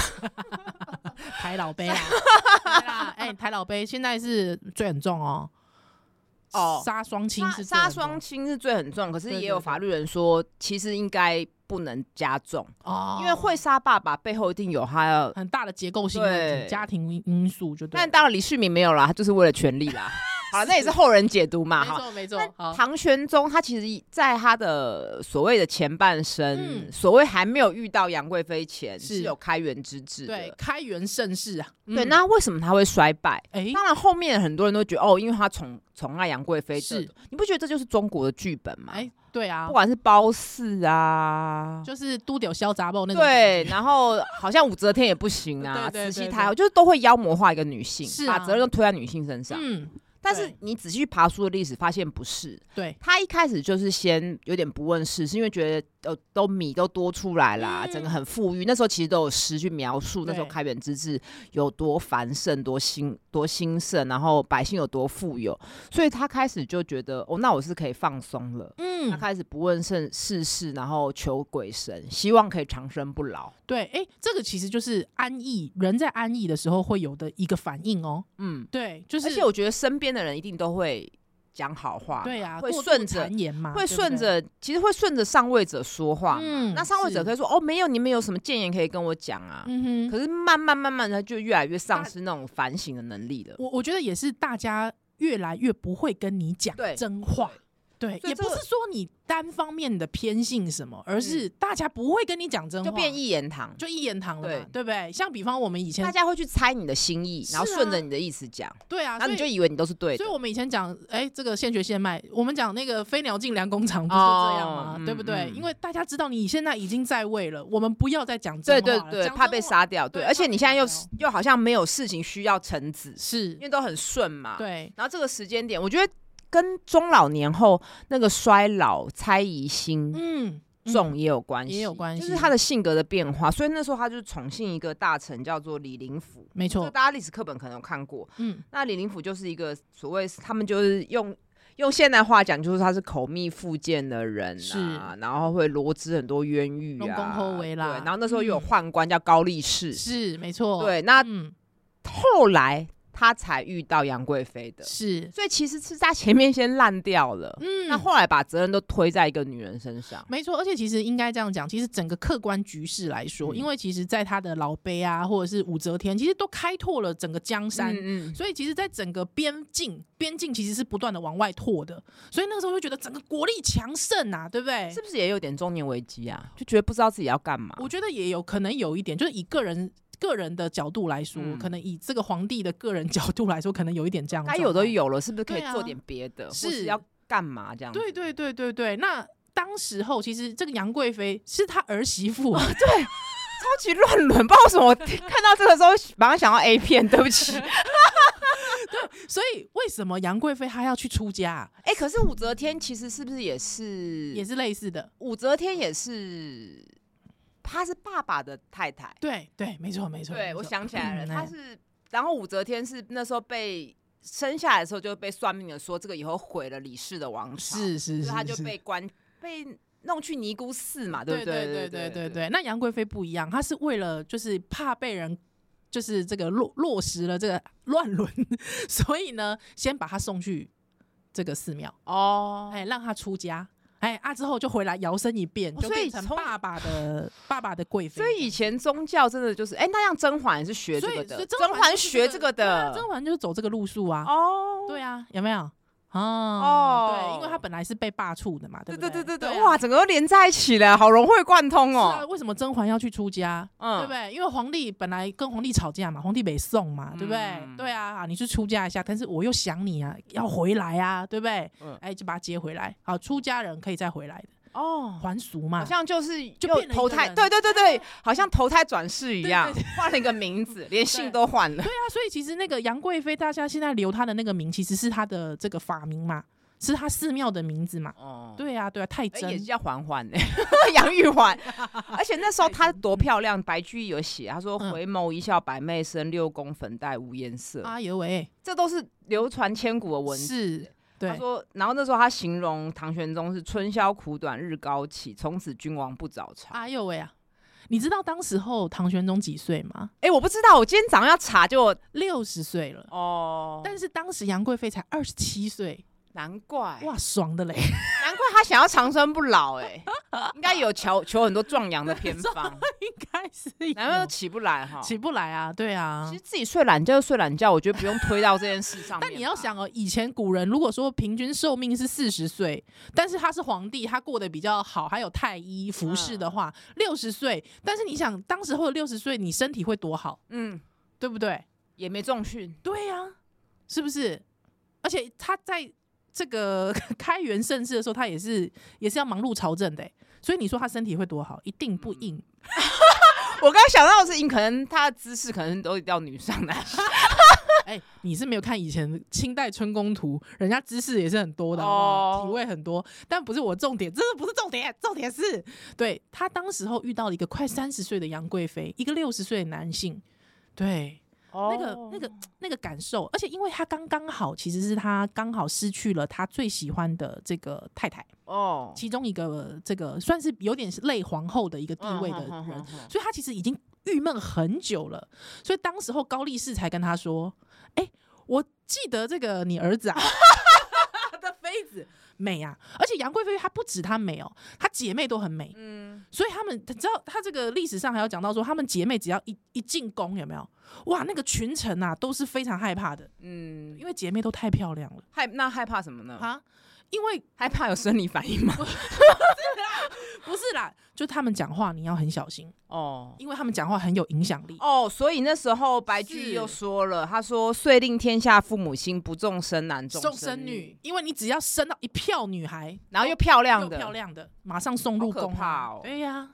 S1: 抬老 杯啦，对啦哎，抬老杯现在是罪很重哦，
S2: 哦
S1: 杀双亲
S2: 杀
S1: 是罪
S2: 杀
S1: 很重
S2: 双亲是罪很重，可是
S1: 对对
S2: 也有
S1: 对
S2: 法律人说，其实应该不能加重，
S1: 哦，
S2: 因为会杀爸爸背后一定有他 要。
S1: 很大的结构性问
S2: 对
S1: 题，家庭因因素就对了。
S2: 但当然李世民没有啦，他就是为了权力 啦。好，那也是后人解读嘛。
S1: 没
S2: 哈。
S1: 错没
S2: 但
S1: 错，好，
S2: 唐玄宗他其实在他的所谓的前半生，
S1: 嗯
S2: 所谓还没有遇到杨贵妃前，
S1: 是
S2: 是有开元之治的。
S1: 对，开元盛世啊，
S2: 对，
S1: 嗯
S2: 那为什么他会衰败？
S1: 哎，
S2: 当然，后面很多人都觉得哦，因为他宠宠爱杨贵妃，
S1: 是，
S2: 你不觉得这就是中国的剧本吗？
S1: 哎，对啊
S2: 不，管是褒姒啊，
S1: 就是都丢萧杂报那种感，
S2: 对
S1: 觉，
S2: 然后好像武则天也 不行啊，
S1: 对对对
S2: 慈禧
S1: 对
S2: 太后就是都会妖魔化一个女性，
S1: 是
S2: 把
S1: 啊
S2: 责任都推在女性身上。
S1: 嗯，
S2: 但是
S1: 对
S2: 你仔细去爬书的历史，发现不是，
S1: 对，
S2: 他一开始就是先有点不问世，是因为觉得呃都米都多出来啦，
S1: 嗯
S2: 整个很富裕。那时候其实都有诗去描述
S1: 对
S2: 那时候开元之治有多繁盛、多兴、多兴盛，然后百姓有多富有，所以他开始就觉得哦，那我是可以放松了。他
S1: 嗯，
S2: 开始不问世世事，然后求鬼神，希望可以长生不老。
S1: 对，哎，这个其实就是安逸，人在安逸的时候会有的一个反应哦，
S2: 嗯，
S1: 对，就是
S2: 而且我觉得身边的人一定都会讲好话，
S1: 对啊，
S2: 会
S1: 过度
S2: 顺着
S1: 谗言嘛，
S2: 会
S1: 啊对不
S2: 顺
S1: 对，
S2: 着，其实会顺着上位者说话。
S1: 嗯
S2: 那上位者
S1: 是
S2: 可以说哦，没有，你们有什么建言可以跟我讲啊？
S1: 嗯哼，
S2: 可是慢慢慢慢，他就越来越丧
S1: 大
S2: 失那种反省的能力了。
S1: 我我觉得也是大家越来越不会跟你讲
S2: 对
S1: 真话。对，
S2: 所以
S1: 也
S2: 这
S1: 不
S2: 个嗯
S1: 是说你单方面的偏性什么，而是大家不会跟你讲真话，
S2: 就变一言堂，
S1: 就一言堂了嘛，
S2: 对
S1: 对不对？像比方我们以前
S2: 大，家会去猜你的心意，
S1: 是
S2: 然
S1: 啊
S2: 后顺着你的意思讲，
S1: 对啊，
S2: 然后
S1: 所
S2: 你就
S1: 以
S2: 以为你都是对的
S1: 所以。我们以前讲，哎，这个现学现卖，我们讲那个飞鸟尽良弓藏，不是就这样
S2: 哦
S1: 吗？
S2: 嗯
S1: 对不对？
S2: 嗯
S1: 因为大家知道你现在已经在位了，我们不要再讲真
S2: 对
S1: 话
S2: 对
S1: 了
S2: 对，
S1: 讲
S2: 怕
S1: 真
S2: 被
S1: 话
S2: 杀掉。对，
S1: 对
S2: 而且
S1: 怕被
S2: 你现在又
S1: 杀
S2: 又好像没有事情需要臣子，
S1: 是
S2: 因，为都很顺嘛。。
S1: 对，
S2: 然后这个时间点，我觉得跟中老年后那个衰老、猜疑心，
S1: 嗯，嗯
S2: 重也有关系，
S1: 也有关系
S2: 就是他的性格的变化。所以那时候他就宠幸一个大臣，叫做李林甫。
S1: 没
S2: 就
S1: 错，
S2: 大家历史课本可能有看过，
S1: 嗯，
S2: 那李林甫就是一个所谓他们就是用。用现代话讲，就是他是口蜜腹剑的人啊，
S1: 是
S2: 然后会罗织很多冤狱
S1: 龙
S2: 啊，
S1: 宫后为啦
S2: 对，然后那时候又有
S1: 嗯
S2: 宦官叫高力士，
S1: 是没错，
S2: 对，那
S1: 嗯，
S2: 后来他才遇到杨贵妃的，
S1: 是，
S2: 所以其实是他前面先烂掉了，
S1: 嗯，
S2: 那后来把责任都推在一个女人身上，
S1: 没错，而且其实应该这样讲，其实整个客观局势来说，
S2: 嗯
S1: 因为其实在他的老碑啊，或者是武则天，其实都开拓了整个江山。
S2: 嗯
S1: 所以其实，在整个边境，边境其实是不断的往外拓的，所以那个时候就觉得整个国力强盛啊，对不对？
S2: 是不是也有点中年危机啊？就觉得不知道自己要干嘛。
S1: 我觉得也有可能有一点，就是以个人个人的角度来说，
S2: 嗯
S1: 可能以这个皇帝的个人角度来说，可能有一点这样。
S2: 该有的。有了，是不是可以
S1: 对啊
S2: 做点别的，或是
S1: 是
S2: 要干嘛这样子？
S1: 对对对对对，那当时候其实这个杨贵妃是他儿媳妇
S2: 哦
S1: 啊，
S2: 超级乱伦， 不知道为什么我看到这个时候马上想到 A 片，对不起。
S1: 所以为什么杨贵妃她要去出家啊、
S2: 哎、可是武则天其实是不是也是？
S1: 也是类似的。
S2: 武则天也是，她是爸爸的太太。
S1: 对对，没错没错。
S2: 对，
S1: 没
S2: 我
S1: 错
S2: 想起来了，
S1: 嗯
S2: 她
S1: 哎
S2: 是。然后武则天是那时候被生下来的时候就被算命的说，这个以后毁了李氏的王朝，
S1: 是是
S2: 所以
S1: 是，
S2: 她就是被关被弄去尼姑寺嘛，对
S1: 对
S2: 不
S1: 对
S2: 对
S1: 对对对对。那杨贵妃不一样，她是为了就是怕被人就是这个落落实了这个 乱伦，所以呢，先把他送去这个寺庙，
S2: 哦，
S1: 哎，让他出家，哎啊之后就回来摇身一变，
S2: 哦
S1: 就
S2: 所以
S1: 变成
S2: 从
S1: 爸爸的爸爸的贵妃
S2: 所。以以前宗教真的就是，哎、那像甄嬛也是学这
S1: 所以
S2: 个
S1: 所
S2: 的，
S1: 以甄嬛
S2: 嬛
S1: 就是
S2: 学这个
S1: 对啊
S2: 的，
S1: 甄嬛就是走这个路数啊，
S2: 哦，
S1: 对啊，有没有？哦，
S2: 哦
S1: 对，因为他本来是被罢黜的嘛，对
S2: 对
S1: 不
S2: 对
S1: 对
S2: 对对对，
S1: 啊
S2: 哇，整个都连在一起了，好融会贯通
S1: 是啊，
S2: 哦。
S1: 为什么甄嬛要去出家？对不
S2: 嗯，
S1: 对？因为皇帝本来跟皇帝吵架嘛，皇帝北宋嘛，对不对？
S2: 嗯
S1: 对啊，啊你去出家一下，但是我又想你啊，要回来啊，对不对？
S2: 嗯
S1: 哎，就把他接回来。好，出家人可以再回来的，
S2: 哦，
S1: 还俗嘛。
S2: 好像就是
S1: 就
S2: 又
S1: 变了一
S2: 投
S1: 个
S2: 胎，
S1: 人哎嗯
S2: 对对对对，好像投胎转世一
S1: 对
S2: 样
S1: 对，
S2: 换了一个名字，连姓
S1: 对
S2: 都换了
S1: 对。啊，所以其实那个杨贵妃，大家现在留她的那个名，其实是她的这个法名嘛，是她寺庙的名字嘛。
S2: 哦，
S1: 对啊，对啊，太
S2: 哎
S1: 真
S2: 也是叫嬛 嬛呢，杨玉环。而且那时候她多漂亮，白居易有写，她说
S1: 嗯
S2: 回眸一笑百媚生，六宫粉黛无颜色，
S1: 啊，有喂，
S2: 这都是流传千古的文字。
S1: 是，
S2: 他
S1: 对，
S2: 说，然后那时候他形容唐玄宗是春宵苦短日高起，从此君王不早朝。哎、
S1: 啊，有喂啊。你知道当时候唐玄宗几岁吗？
S2: 哎我不知道，我今天早上要查就
S1: 六十岁了，
S2: 哦，
S1: 哦但是当时杨贵妃才二十七岁，
S2: 难怪，
S1: 哇，爽的嘞！
S2: 难怪他想要长生不老、 哎，应该有求求很多壮阳的偏方，
S1: 应该 是
S2: 难怪都
S1: 有
S2: 起不来哈。
S1: 起不来啊，对啊
S2: 其实。自己睡懒觉就睡懒觉，我觉得不用推到这件事 上面吧。
S1: 但你要想哦，以前古人如果说平均寿命是四十岁，但是他是皇帝，他过得比较好，还有太医服侍的话，六十岁。但是你想，当时候六十岁，你身体会多好，
S2: 嗯，
S1: 对不对？
S2: 也没重训，
S1: 对呀、是不是？而且他在这个 开元盛世的时候，他也是也是要忙碌朝政的欸，所以你说他身体会多好，一定不硬。
S2: 我刚刚想到的是，你可能他的姿势可能都要女上 男下
S1: 哎、你是没有看以前清代春宫图，人家知识也是很多的，哦、
S2: 哦
S1: 体位很多，但不是我重点，这个不是重点，重点是对他当时候遇到了一个快三十岁的杨贵妃，一个六十岁的男性，对。那
S2: 哦
S1: 个、那个、那个感受，而且因为他刚刚好，其实是他刚好失去了他最喜欢的这个太太，
S2: 哦，
S1: 其中一个这个算是有点是类皇后的一个地位的人，
S2: 嗯哼哼哼哼
S1: 所以他其实已经郁闷很久了。所以当时候高力士才跟他说：“哎、我记得这个你儿 子啊的妃子美啊，而且杨贵妃她不止她美哦，她姐妹都很美，
S2: 嗯，
S1: 所以她们你知道她这个历史上还有讲到说，她们姐妹只要一一进宫有没有？哇，那个群臣啊都是非常害怕的，
S2: 嗯，
S1: 因为姐妹都太漂亮了
S2: 害那害怕什么呢？
S1: 啊。”因为
S2: 害怕有生理反应吗？
S1: 不是啦，就他们讲话你要很小心，
S2: 哦
S1: 因为他们讲话很有影响力。
S2: 哦，所以那时候白居易
S1: 是
S2: 又说了，他说“遂令天下父母心，不重生男，重
S1: 生
S2: 生
S1: 女，，因为你只要生到一票女孩，
S2: 然后又漂亮
S1: 又
S2: 的，
S1: 漂亮的，马上送入
S2: 好可
S1: 宫啊、
S2: 怕哦
S1: 对呀、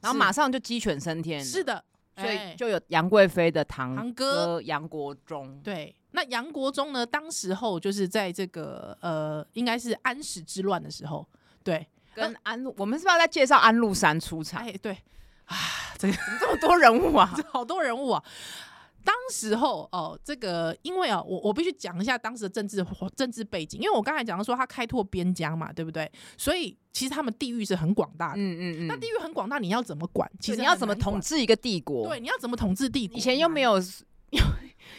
S2: 然后
S1: 是
S2: 马上就鸡犬升天。
S1: 是，的，
S2: 所
S1: 哎
S2: 以就有杨贵妃的堂
S1: 堂哥
S2: 哥杨国忠。
S1: 对。那杨国忠呢？当时候就是在这个呃，应该是安史之乱的时候，对，
S2: 跟安禄，我们是不是要再介绍安禄山出场？
S1: 哎对，
S2: 怎么这么多人物啊？
S1: 这好多人物啊。当时候哦，这个因为啊，我我必须讲一下当时的政治政治背景，因为我刚才讲到说他开拓边疆嘛，对不对？所以其实他们地域是很广大的。
S2: 嗯嗯
S1: 啊那
S2: 嗯，
S1: 地域很广大，你要怎么管？其
S2: 其
S1: 实
S2: 实你要
S1: 很
S2: 怎么
S1: 难管
S2: 统治一个帝国？
S1: 对，，你要怎么统治帝国？
S2: 以前又没有，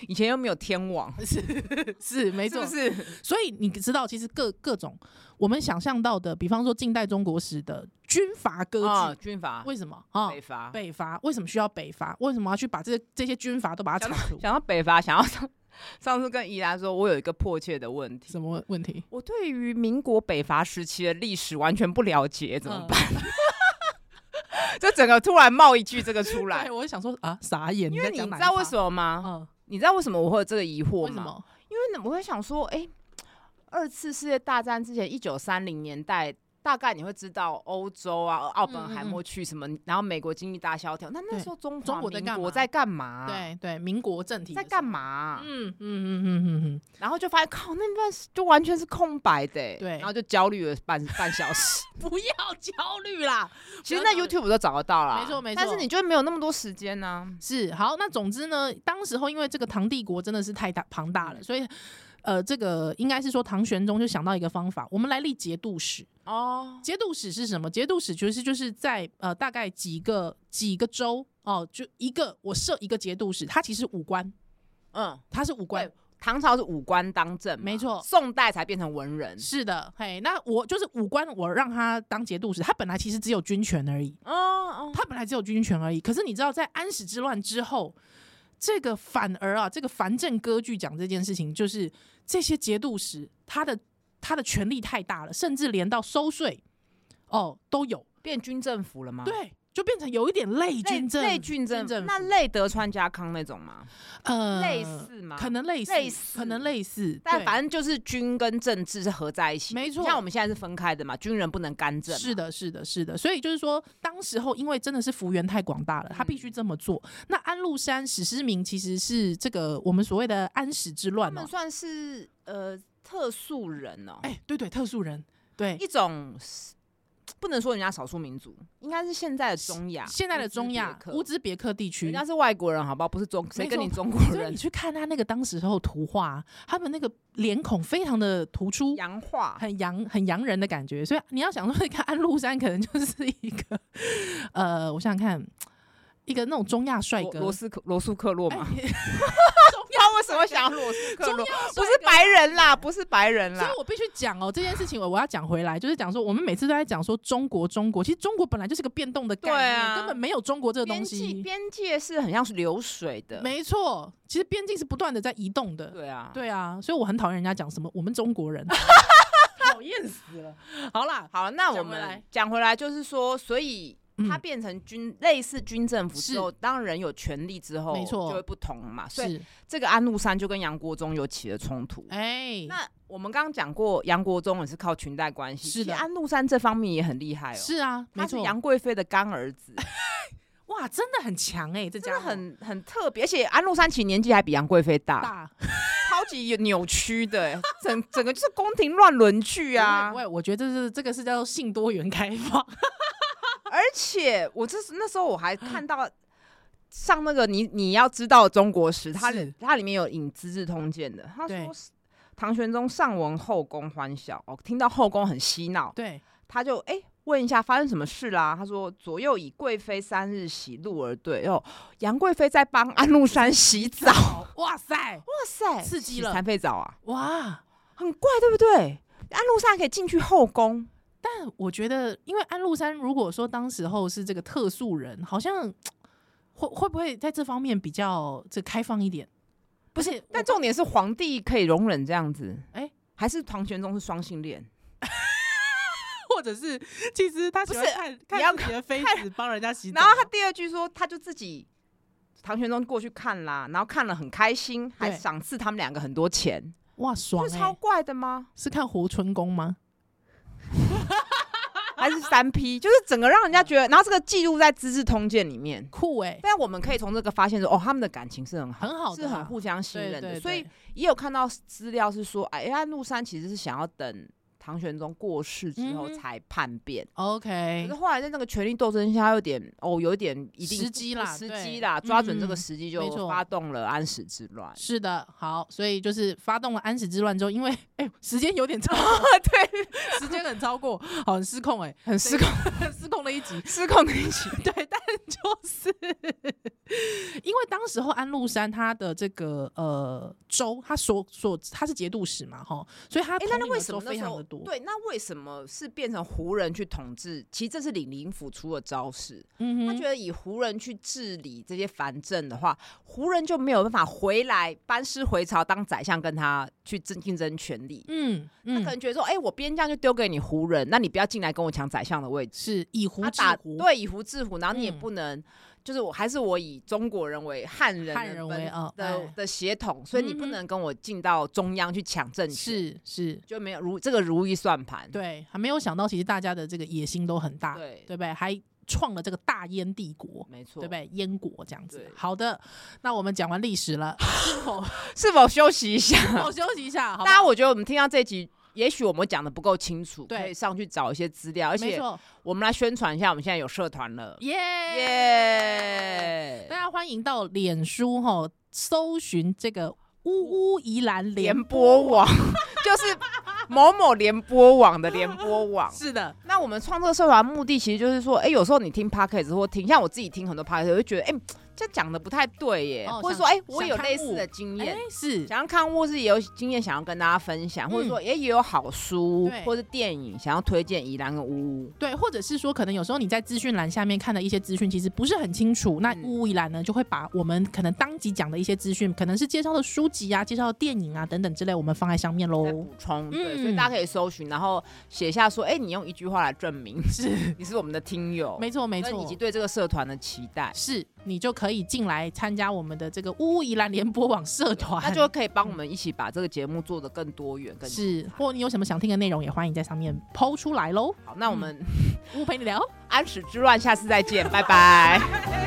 S2: 以前又没有天王，
S1: 是没
S2: 是
S1: 错，
S2: 不 是？
S1: 所以你知道，其实各各种我们想象到的，比方说近代中国史的军阀割据，
S2: 啊，军阀、
S1: 为什么啊？
S2: 北伐，
S1: 北伐为什么需要北伐？为什么要去把这这些军阀都把它铲除？
S2: 想到北伐，想要上上次跟怡兰说，我有一个迫切的问题，
S1: 什么问题？
S2: 我对于民国北伐时期的历史完全不了解，
S1: 嗯
S2: 怎么办？ 就整个突然冒一句这个出来
S1: 对，，我想说啊，傻眼！
S2: 因为你
S1: 你
S2: 知道为什
S1: 么？
S2: 么吗？
S1: 嗯，
S2: 你知道为什么我会有这个疑惑
S1: 为什
S2: 吗？
S1: 么？
S2: 因为我会想说，哎、二次世界大战之前，一九三零年代。大概你会知道欧洲啊，奥本海默去什么，然后美国经济大萧条。那那
S1: 嗯对
S2: 时候中
S1: 中
S2: 华
S1: 国在
S2: 民
S1: 干
S2: 国
S1: 嘛
S2: 在干嘛？，啊
S1: 对对，民国政体
S2: 在
S1: 的
S2: 干
S1: 时
S2: 嘛
S1: 候
S2: 啊？
S1: 嗯嗯嗯嗯嗯嗯，
S2: 然后就发现靠，那段是就完全是空白的欸，
S1: 对
S2: 然后就焦虑了半半小 时。
S1: 不要焦虑啦。
S2: 其实那
S1: 不要焦虑
S2: YouTube 都找得到啦，
S1: 没错没
S2: 但是
S1: 错
S2: 你就没有那么多时间呢、
S1: 是好，那总之呢，当时候因为这个唐帝国真的是太大庞大了，所以。呃，这个应该是说唐玄宗就想到一个方法，我们来立节度使。
S2: 哦，
S1: 节度使是什么？节度使其实就是在呃大概几个几个州哦，就一个我设一个节度使，他其实五官，
S2: 嗯，
S1: 他是五官
S2: 对，唐朝是武官当政嘛，
S1: 没错
S2: 宋代才变成文人。
S1: 是的，嘿，那我就是五官，我让他当节度使，他本来其实只有军权而已，
S2: 哦哦，
S1: 他本来只有军权而已。可是你知道，在安史之乱之后，这个反而啊，这个藩镇割据讲这件事情，就是这些节度使他的他的权力太大了，甚至连到收税哦都有，
S2: 变军政府了吗？
S1: 对，就变成有一点类
S2: 啊类，
S1: 军政，
S2: 类军政府，
S1: 政府
S2: 那类德川家康那种吗？
S1: 呃
S2: 类似吗？
S1: 可能类似，
S2: 类似
S1: 可能类似，
S2: 但
S1: 对
S2: 反正就是军跟政治是合在一起，
S1: 没错
S2: 像我们现在是分开的嘛，军人不能干政，啊
S1: 是，的，是的，是的。所以就是说，当时候因为真的是幅员太广大了，他必
S2: 嗯
S1: 须这么做。那安禄山、史思明其实是这个我们所谓的安史之
S2: 他
S1: 乱哦
S2: 们。算是呃特殊人哦，
S1: 哎、对对，特殊人，对，
S2: 一种不能说人家少数民族，应该是现在的中亚，
S1: 现在的中亚乌
S2: 乌兹别克
S1: 兹别克地区
S2: 人。家是外国人，好不好？不是中，谁
S1: 没
S2: 跟
S1: 错
S2: 你中国
S1: 所以
S2: 人
S1: 你？去看他那个当时候图画，啊他们那个脸孔非常的突出，
S2: 洋化，
S1: 很洋很洋人的感觉。所以你要想说，看安禄山可能就是一个，呃，我想想看，一个那种中亚帅
S2: 罗
S1: 哥，
S2: 罗斯克罗素克 洛嘛，
S1: 哎
S2: 不知道为什么想要罗斯克洛
S1: 中，亚
S2: 不
S1: 帅
S2: 是
S1: 哥
S2: 白人啦，不是白人
S1: 所
S2: 啦
S1: 以，我必须讲哦，这件事情我我要讲回来，就是讲说我们每次都在讲说中国，中国其实中国本来就是个变动的概念，
S2: 对啊
S1: 根本没有中国这个
S2: 边
S1: 东
S2: 界
S1: 西。
S2: 边界是很像是流水的，
S1: 没错，其实边境是不断的在移动的。
S2: 对啊，
S1: 对啊，所以我很讨厌人家讲什么我们中 国人，讨厌死了。好啦，
S2: 好，那我
S1: 讲回来
S2: 们讲回来，就是说，所以
S1: 嗯
S2: 它变成军、类似军政府
S1: 是
S2: 之后，当人有权利之后，
S1: 没错
S2: 就会不同嘛。所以
S1: 是
S2: 这个安禄山就跟杨国忠有起了冲突。
S1: 哎，
S2: 那我们刚刚讲过，杨国忠也是靠裙带关系，
S1: 是的
S2: 其实安禄山这方面也很厉害哦。
S1: 是啊，没
S2: 他是
S1: 错，
S2: 杨贵妃的干儿 子，
S1: 哇，真的很强哎，这
S2: 真
S1: 家
S2: 的
S1: 伙
S2: 很很特别，而且安禄山其实年纪还比杨贵妃大，
S1: 大
S2: 超级扭曲的，整整个就是宫廷乱伦剧啊
S1: 不。会，不会我觉得这是这个是叫做性多元开放，
S2: 而且我这时那时候我还
S1: 嗯
S2: 看到上那个你你要知道中国史，它
S1: 是
S2: 它里面有引《资治通鉴》的，他
S1: 对
S2: 说是唐玄宗上闻后宫欢笑，哦，听到后宫很嬉闹，
S1: 对，
S2: 他就哎、问一下发生什么事啦？他说左右以贵妃三日洗露而对，哦，杨贵妃在帮安禄山洗澡，哇
S1: 哇塞，
S2: 塞，
S1: 刺激
S2: 洗
S1: 了
S2: 残废澡啊，
S1: 哇，
S2: 很怪对不对？安禄山可以进去后宫，
S1: 但我觉得，因为安禄山如果说当时候是这个特殊人，好像会会不会在这方面比较这开放一点？不是，
S2: 但重点是皇帝可以容忍这样子，
S1: 哎
S2: 还是唐玄宗是双性恋？
S1: 或者是其实他喜欢
S2: 不是
S1: 看
S2: 你要
S1: 看自己的妃子帮人家洗澡，
S2: 然后他第二句说，他就自己唐玄宗过去看啦，然后看了很开心，还
S1: 对
S2: 赏赐他们两个很多钱，
S1: 哇
S2: 不
S1: 爽
S2: 是
S1: 欸
S2: 超怪的吗？
S1: 是看胡春宫吗？
S2: 还是三 P，就是整个让人家觉得，然后这个记录在《资治通鉴》里面，
S1: 酷哎、
S2: 但我们可以从这个发现说，哦，他们的感情是很好。
S1: 很好的
S2: 是
S1: 啊、
S2: 很互相信
S1: 对
S2: 任
S1: 对
S2: 的，
S1: 对，
S2: 所以也有看到资料是说，哎，安禄山其实是想要等唐玄宗过世之后
S1: 嗯哼
S2: 才叛变，可
S1: OK
S2: 是后来在那个权力斗争下，有点哦，有点一定
S1: 时机啦
S2: 时
S1: 对
S2: 机啦，抓准这
S1: 嗯
S2: 个时机
S1: 没错
S2: 就发动了安史之乱。
S1: 是的，好，所以就是发动了安史之乱之后，因为 哎、时间有点 超
S2: 对，
S1: 时间很超过，好很失控哎、 很
S2: 失控，
S1: 很失控的一集。
S2: 失控的一 起。
S1: 对，但就是因为当时候安禄山他的这个呃州，他所所他是节度使嘛，哈，所以他
S2: 哎、
S1: 统
S2: 那
S1: 领
S2: 那
S1: 的
S2: 为什
S1: 州
S2: 么那
S1: 非
S2: 时
S1: 常
S2: 候
S1: 的多？，
S2: 对？那为什么是变成胡人去统治？其实这是李林甫出的招式。
S1: 嗯
S2: 他觉得以胡人去治理这些藩镇的话，胡人就没有办法回来班师回朝当宰相，跟他去争竞争权力。
S1: 嗯
S2: 他可
S1: 嗯，
S2: 能觉得说，哎、我边疆就丢给你胡人，那你不要进来跟我抢宰相的位置。
S1: 是以胡
S2: 他
S1: 治
S2: 打
S1: 胡，
S2: 对以胡制胡，然后你也
S1: 嗯
S2: 不能，就是我还是我以中国人为汉人
S1: 汉
S2: 的
S1: 人
S2: 本
S1: 为哦
S2: 的
S1: 哎
S2: 的血统，所以你
S1: 嗯
S2: 不
S1: 哼
S2: 能跟我进到中央去抢政权，
S1: 是是，
S2: 就没有如这个如意算盘。
S1: 对，还没有想到其实大家的这个野心都很大，
S2: 对
S1: 对不对？还创了这个大燕帝国。
S2: 没错，
S1: 对不？对？燕国这样子
S2: 对。
S1: 好的，那我们讲完历史 了，是否
S2: 是否休息一下？
S1: 我休息一下？好
S2: 大
S1: 不好，
S2: 家，我觉得我们听到这集。也许我们讲的不够清楚，
S1: 对
S2: 可以上去找一些资料，而
S1: 没
S2: 且
S1: 错，
S2: 我们来宣传一下，我们现在有社团了，
S1: 耶
S2: 耶！
S1: 大家欢迎到脸书哈、搜寻这个呜呜宜兰
S2: 联播网， 就是某某联播网的联播网。
S1: 是的，
S2: 那我们创作社团目的其实就是说，哎、有时候你听 podcast 或听，像我自己听很多 podcast，我就觉得，哎、这讲的不太对耶，
S1: 哦
S2: 或者
S1: 想
S2: 说，哎、我有
S1: 想看
S2: 类似
S1: 物
S2: 的经
S1: 哎、
S2: 验。
S1: 是
S2: 想要看，或是也有经验想要跟大家分享，或者说也也有好书
S1: 对
S2: 或是电影想要推荐宜兰跟呜呜。
S1: 对，或者是说，可能有时候你在资讯栏下面看的一些资讯，其实不是很清楚。那
S2: 嗯
S1: 乌一栏呢，就会把我们可能当集讲的一些资讯，可能是介绍的书籍啊、介绍的电影啊等等之类，我们放在上面
S2: 再
S1: 喽
S2: 补。充，对，
S1: 嗯
S2: 所以大家可以搜寻，然后写下说，哎、你用一句话来证明
S1: 是，
S2: 你是我们的听友，
S1: 没错，没
S2: 跟
S1: 错
S2: 以及。对这个社团的期待，
S1: 是你就可以进来参加我们的这个乌宜兰联播网社团，
S2: 那就可以帮我们一起把这个节目做得更多元、更
S1: 嗯是，或你有什么想听的内容，也欢迎在上面抛出来喽。嗯
S2: 好。那我们
S1: 乌陪你聊。
S2: 安史之乱下次再见，拜拜。